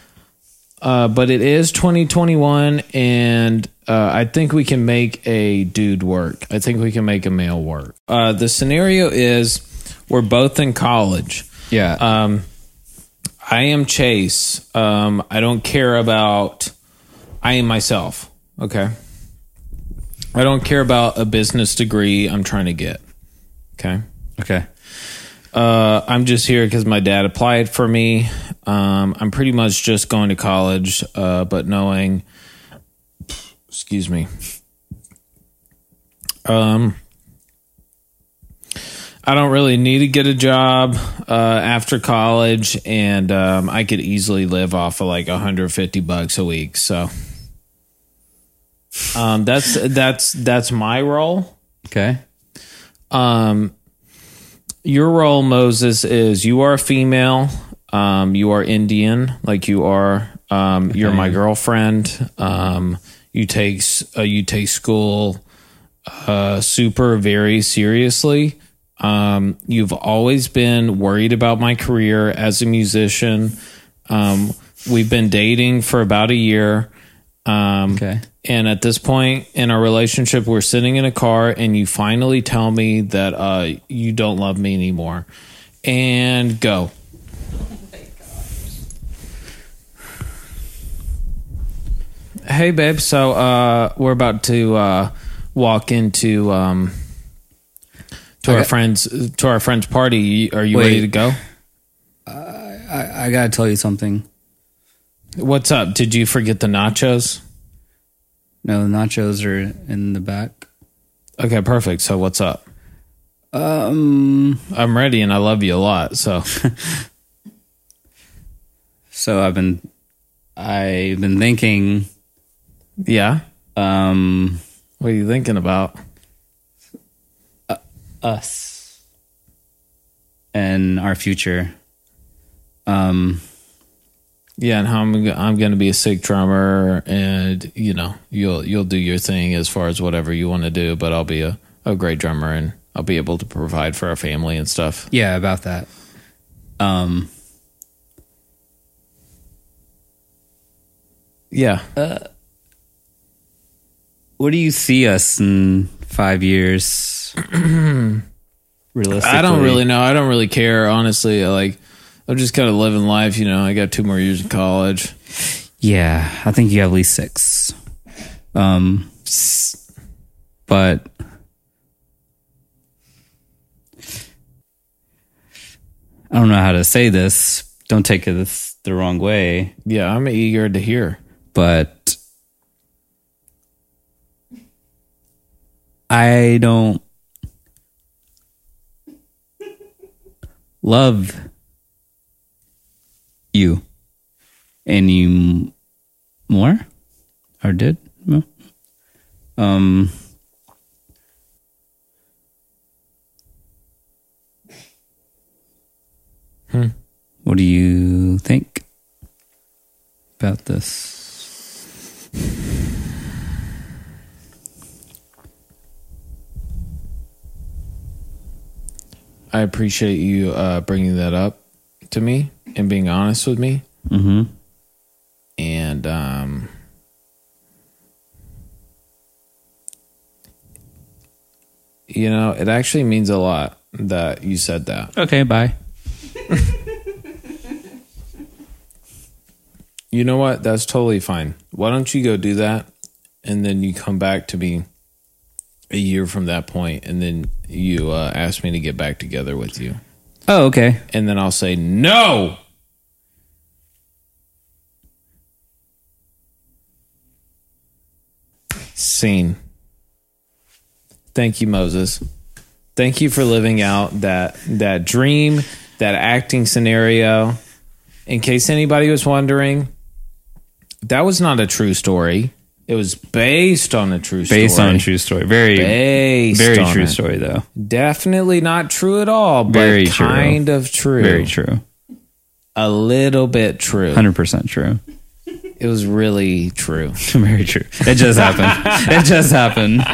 A: uh, but it is 2021, and uh, I think we can make a dude work. I think we can make a male work. Uh, the scenario is we're both in college.
B: yeah.
A: Um, I am Chase. Um, I don't care about. I am myself. Okay. I don't care about a business degree I'm trying to get. Okay.
B: okay.
A: Uh, I'm just here because my dad applied for me. Um, I'm pretty much just going to college, uh, but knowing, excuse me, um, I don't really need to get a job uh, after college, and um, I could easily live off of like 150 bucks a week. So um, that's that's that's my role.
B: Okay.
A: Um, your role, Moses, is you are a female. Um, you are Indian, like you are. Um, you're my girlfriend. Um, you takes uh, you take school uh, super very seriously. Um, you've always been worried about my career as a musician. Um, we've been dating for about a year. Um,
B: Okay.
A: and at this point in our relationship, we're sitting in a car, and you finally tell me that uh, you don't love me anymore. And go. Hey, babe. So uh, we're about to uh, walk into um, to our
B: Okay.
A: friends to our friends' party. Are you
B: Wait.
A: ready to go?
B: I, I gotta tell you something.
A: What's up? Did you forget the nachos?
B: No, nachos are in the back.
A: Okay, perfect. So what's up?
B: Um.
A: I'm ready, and I love you a lot. So.
B: So I've been, I've been thinking.
A: Yeah.
B: Um.
A: What are you thinking about?
B: us and our future. Um,
A: Yeah, and how I'm go- I'm going to be a sick drummer, and you know you'll you'll do your thing as far as whatever you want to do, but I'll be a, a great drummer, and I'll be able to provide for our family and stuff.
B: yeah, about that. Um,
A: Yeah,
B: what do you see us in five years? Realistically,
A: I don't really know. I don't really care, honestly. Like I'm just kind of living life. You know, I got two more years of college.
B: Yeah, I think you have at least six. Um, but I don't know how to say this. Don't take it this the wrong way,
A: Yeah, I'm eager to hear.
B: but I don't love you any more or did no. um what do you think about this
A: I appreciate you uh, bringing that up to me. and being honest with me.
B: Mm-hmm.
A: and um you know it actually means a lot that you said that
B: Okay, bye.
A: you know what that's totally fine why don't you go do that and then you come back to me a year from that point and then you uh, ask me to get back together with you
B: Oh, okay.
A: and then i'll say no scene. Thank you, Moses. Thank you for living out that that dream, that acting scenario. In case anybody was wondering, that was not a true story. It was based on a true story.
B: Based on a true story. Very,
A: Based
B: very
A: on
B: true
A: it.
B: story, though.
A: Definitely not true at all, but
B: Very true.
A: kind of true.
B: Very true.
A: A little bit true.
B: 100% true.
A: It was really true.
B: Very true. It just happened. it just happened.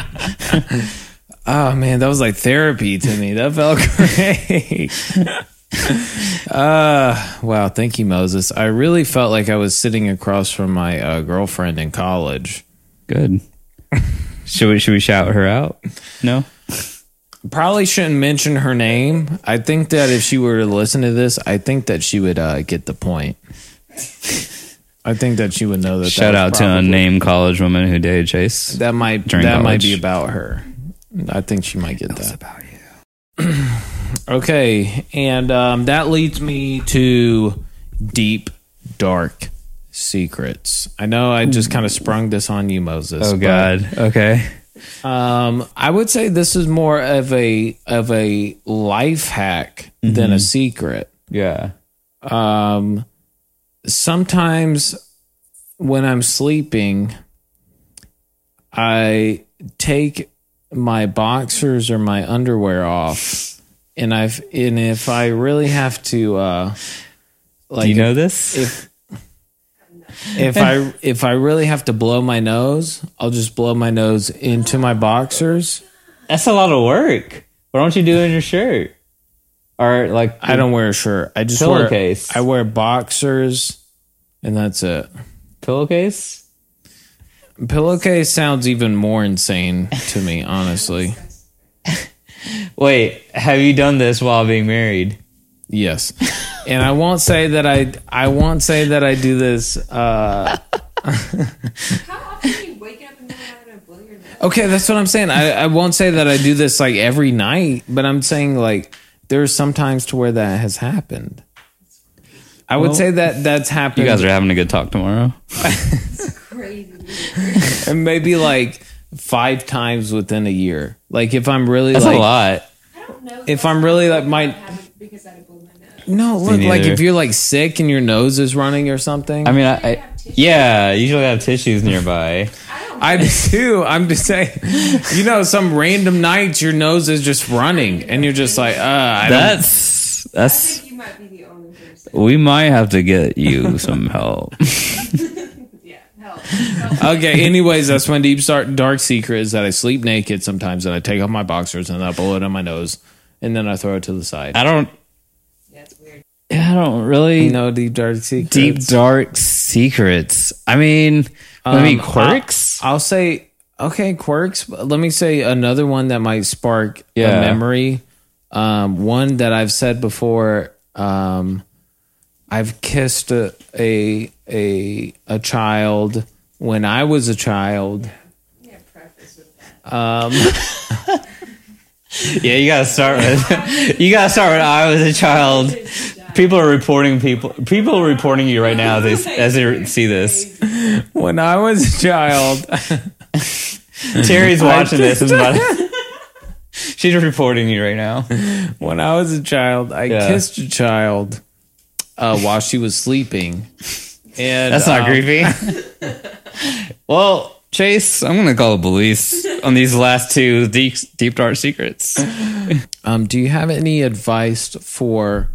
A: Oh man, that was like therapy to me. That felt great. uh, wow, thank you, Moses. I really felt like I was sitting across from my uh, girlfriend in college.
B: Good. Should we, should we shout her out? No?
A: Probably shouldn't mention her name. I think that if she were to listen to this, I think that she would uh, get the point. I think that she would know that. that
B: Shout
A: was
B: out to
A: probably-
B: unnamed college woman who dated Chase.
A: That might
B: during
A: that might
B: college.
A: be about her. I think she might get that. Okay, and um, that leads me to deep, dark secrets. I know I just kind of sprung this on you, Moses.
B: Oh,
A: but,
B: God. Okay.
A: um, I would say this is more of a of a life hack than a secret.
B: Yeah.
A: Um, sometimes when I'm sleeping, I take my boxers or my underwear off, and I've and if I really have to, uh, like
B: Do you know this?
A: if if I if I really have to blow my nose, I'll just blow my nose into my boxers.
B: That's a lot of work. Why don't you do it in your shirt? Or like
A: I don't wear a shirt. I just wear
B: Pillowcase.
A: I wear boxers, and that's it.
B: pillowcase?
A: Pillowcase sounds even more insane to me, honestly.
B: Wait, have you done this while being married?
A: Yes, and I won't say that I I won't say that I do this. Uh,
D: How often do you wake up in the morning and blow your nose?
A: okay, that's what I'm saying. I, I won't say that I do this like every night, but I'm saying like there are some times to where that has happened. I would say that that's happened.
B: You guys are having a good talk tomorrow.
D: Crazy.
A: and maybe like five times within a year. Like if I'm really
B: That's
A: like
B: a lot.
D: I don't know.
A: If I'm really, like, my-
D: I haven't because I blew my nose.
A: no, look like
B: neither.
A: if you're like sick and your nose is running or something.
B: I mean, I, I yeah, you usually have tissues nearby.
D: I don't.
A: I do. too. I'm just saying, you know, some random nights your nose is just running, and you're just like, uh, I don't.
B: That's
D: I
B: that's.
D: think you might be the only person.
A: Oh.
B: We might have to get you some help.
D: Yeah. Help. Help.
A: Okay. Anyways, that's my deep dark, dark secret is that I sleep naked sometimes, and I take off my boxers and I blow it on my nose, and then I throw it to the side.
B: I don't.
D: Yeah, it's weird.
B: I don't really know
A: No deep dark secrets.
B: deep dark secrets. I mean, maybe
A: Um,
B: quirks.
A: I'll say okay, quirks. but Let me say another one that might spark
B: Yeah.
A: a memory. Um, one that I've said before. Um, I've kissed a, a a a child when I was a child.
D: Yeah. Preface with that.
B: yeah, you gotta start with. you gotta start when I was a child. People are reporting people. People are reporting you right now as they as they see this.
A: When I was a child,
B: Terry's watching this. And about, she's reporting you right now.
A: when I was a child, I
B: Yeah.
A: kissed a child uh, while she was sleeping. And
B: That's not
A: um,
B: creepy. well, Chase, I'm gonna call the police on these last two deep, deep dark secrets.
A: Um, do you have any advice for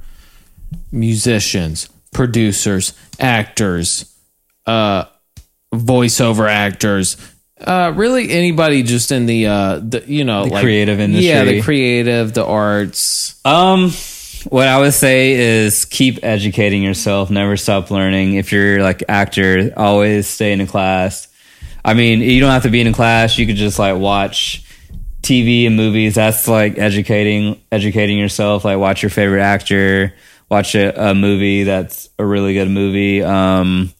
A: musicians, producers, actors, uh, voiceover actors? Uh, really, anybody just in the uh, the you know, like
B: creative
A: yeah, the
B: industry.
A: creative, the arts.
B: Um, What I would say is keep educating yourself, never stop learning. If you're like actor, always stay in a class. I mean, you don't have to be in a class. You could just like watch TV and movies. That's like educating educating yourself. Like watch your favorite actor, watch a, a movie that's a really good movie. Um,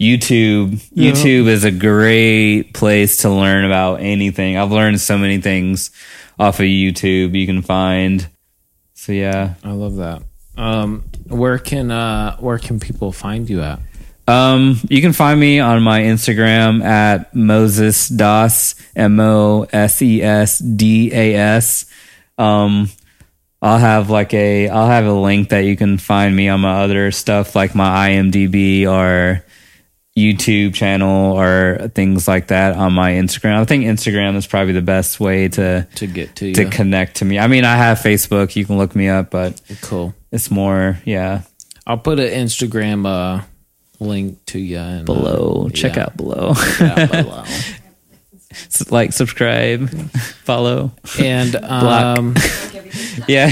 B: YouTube YouTube is a great place to learn about anything. I've learned so many things off of YouTube. You can find. So yeah.
A: I love that. Um, where can uh, where can people find you at?
B: Um, you can find me on my Instagram at Moses Das M O S E S D A S. Um, I'll have like a I'll have a link that you can find me on my other stuff like my IMDb or YouTube channel or things like that on my Instagram. I think Instagram is probably the best way to
A: To get to you.
B: to connect to me. I mean, I have Facebook. You can look me up, but
A: cool.
B: it's more yeah
A: I'll put an Instagram uh, link to you in, uh,
B: below. Check
A: yeah.
B: out below.
A: yeah, below.
B: S- like, subscribe, follow.
A: and
B: Block.
A: um,
B: Yeah.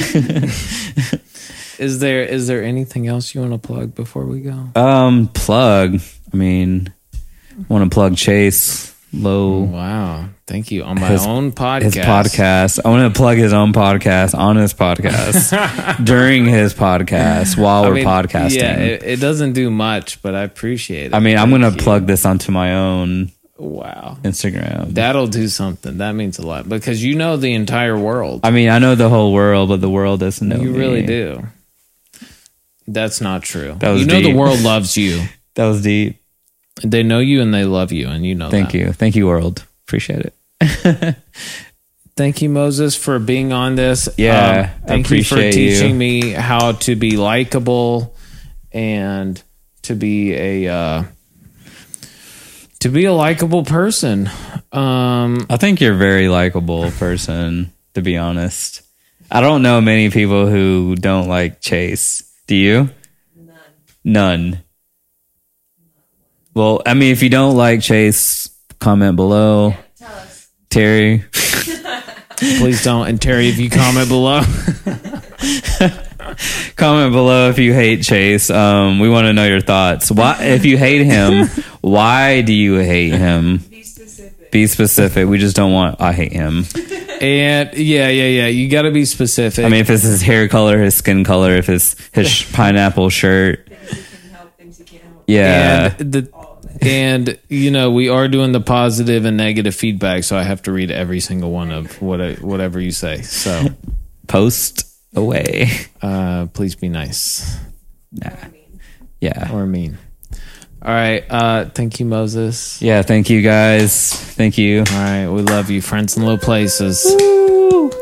A: is there is there anything else you want to plug before we go?
B: um, plug. I mean, want to plug Chase Low
A: Wow, thank you on my
B: His-
A: own podcast.
B: his podcast. I want to plug his own podcast on his podcast during his podcast while
A: I
B: we're
A: mean,
B: podcasting.
A: Yeah, it, it doesn't do much, but I appreciate it.
B: I mean, I'm
A: Thank
B: gonna
A: you.
B: plug this onto my own
A: Wow,
B: Instagram.
A: that'll do something. That means a lot because you know the entire world.
B: I mean, I know the whole world, but the world doesn't know.
A: you
B: me.
A: really do. That's not true.
B: That was
A: you know
B: deep.
A: the world loves you.
B: That was deep.
A: They know you and they love you, and you know.
B: Thank
A: that.
B: you, thank you, world. Appreciate it.
A: Thank you, Moses, for being on this. Um,
B: Yeah, I
A: thank you for
B: appreciate you.
A: teaching me how to be likable and to be a uh, to be a likable person. Um,
B: I think you're a very likable person, to be honest. I don't know many people who don't like Chase. Do you? None. None. Well, I mean, if you don't like Chase, comment below.
D: Tell us.
B: Terry,
A: please don't. And Terry, if you comment below,
B: comment below if you hate Chase. Um, we want to know your thoughts. Why, if you hate him, why do you hate him?
D: Be specific.
B: Be specific. We just don't want. I hate him.
A: and yeah, yeah, yeah, you got to be specific.
B: I mean, if it's his hair color, his skin color, if it's his pineapple shirt,
D: Things you can help, things you can't help.
B: yeah.
A: and the and you know we are doing the positive and negative feedback, so I have to read every single one of what I, whatever you say. So
B: post away.
A: uh, please be nice.
D: I mean,
B: Yeah.
A: or mean. All right. Uh, thank you, Moses.
B: Yeah. Thank you guys. Thank you.
A: All right. We love you, friends in low places.
B: Woo.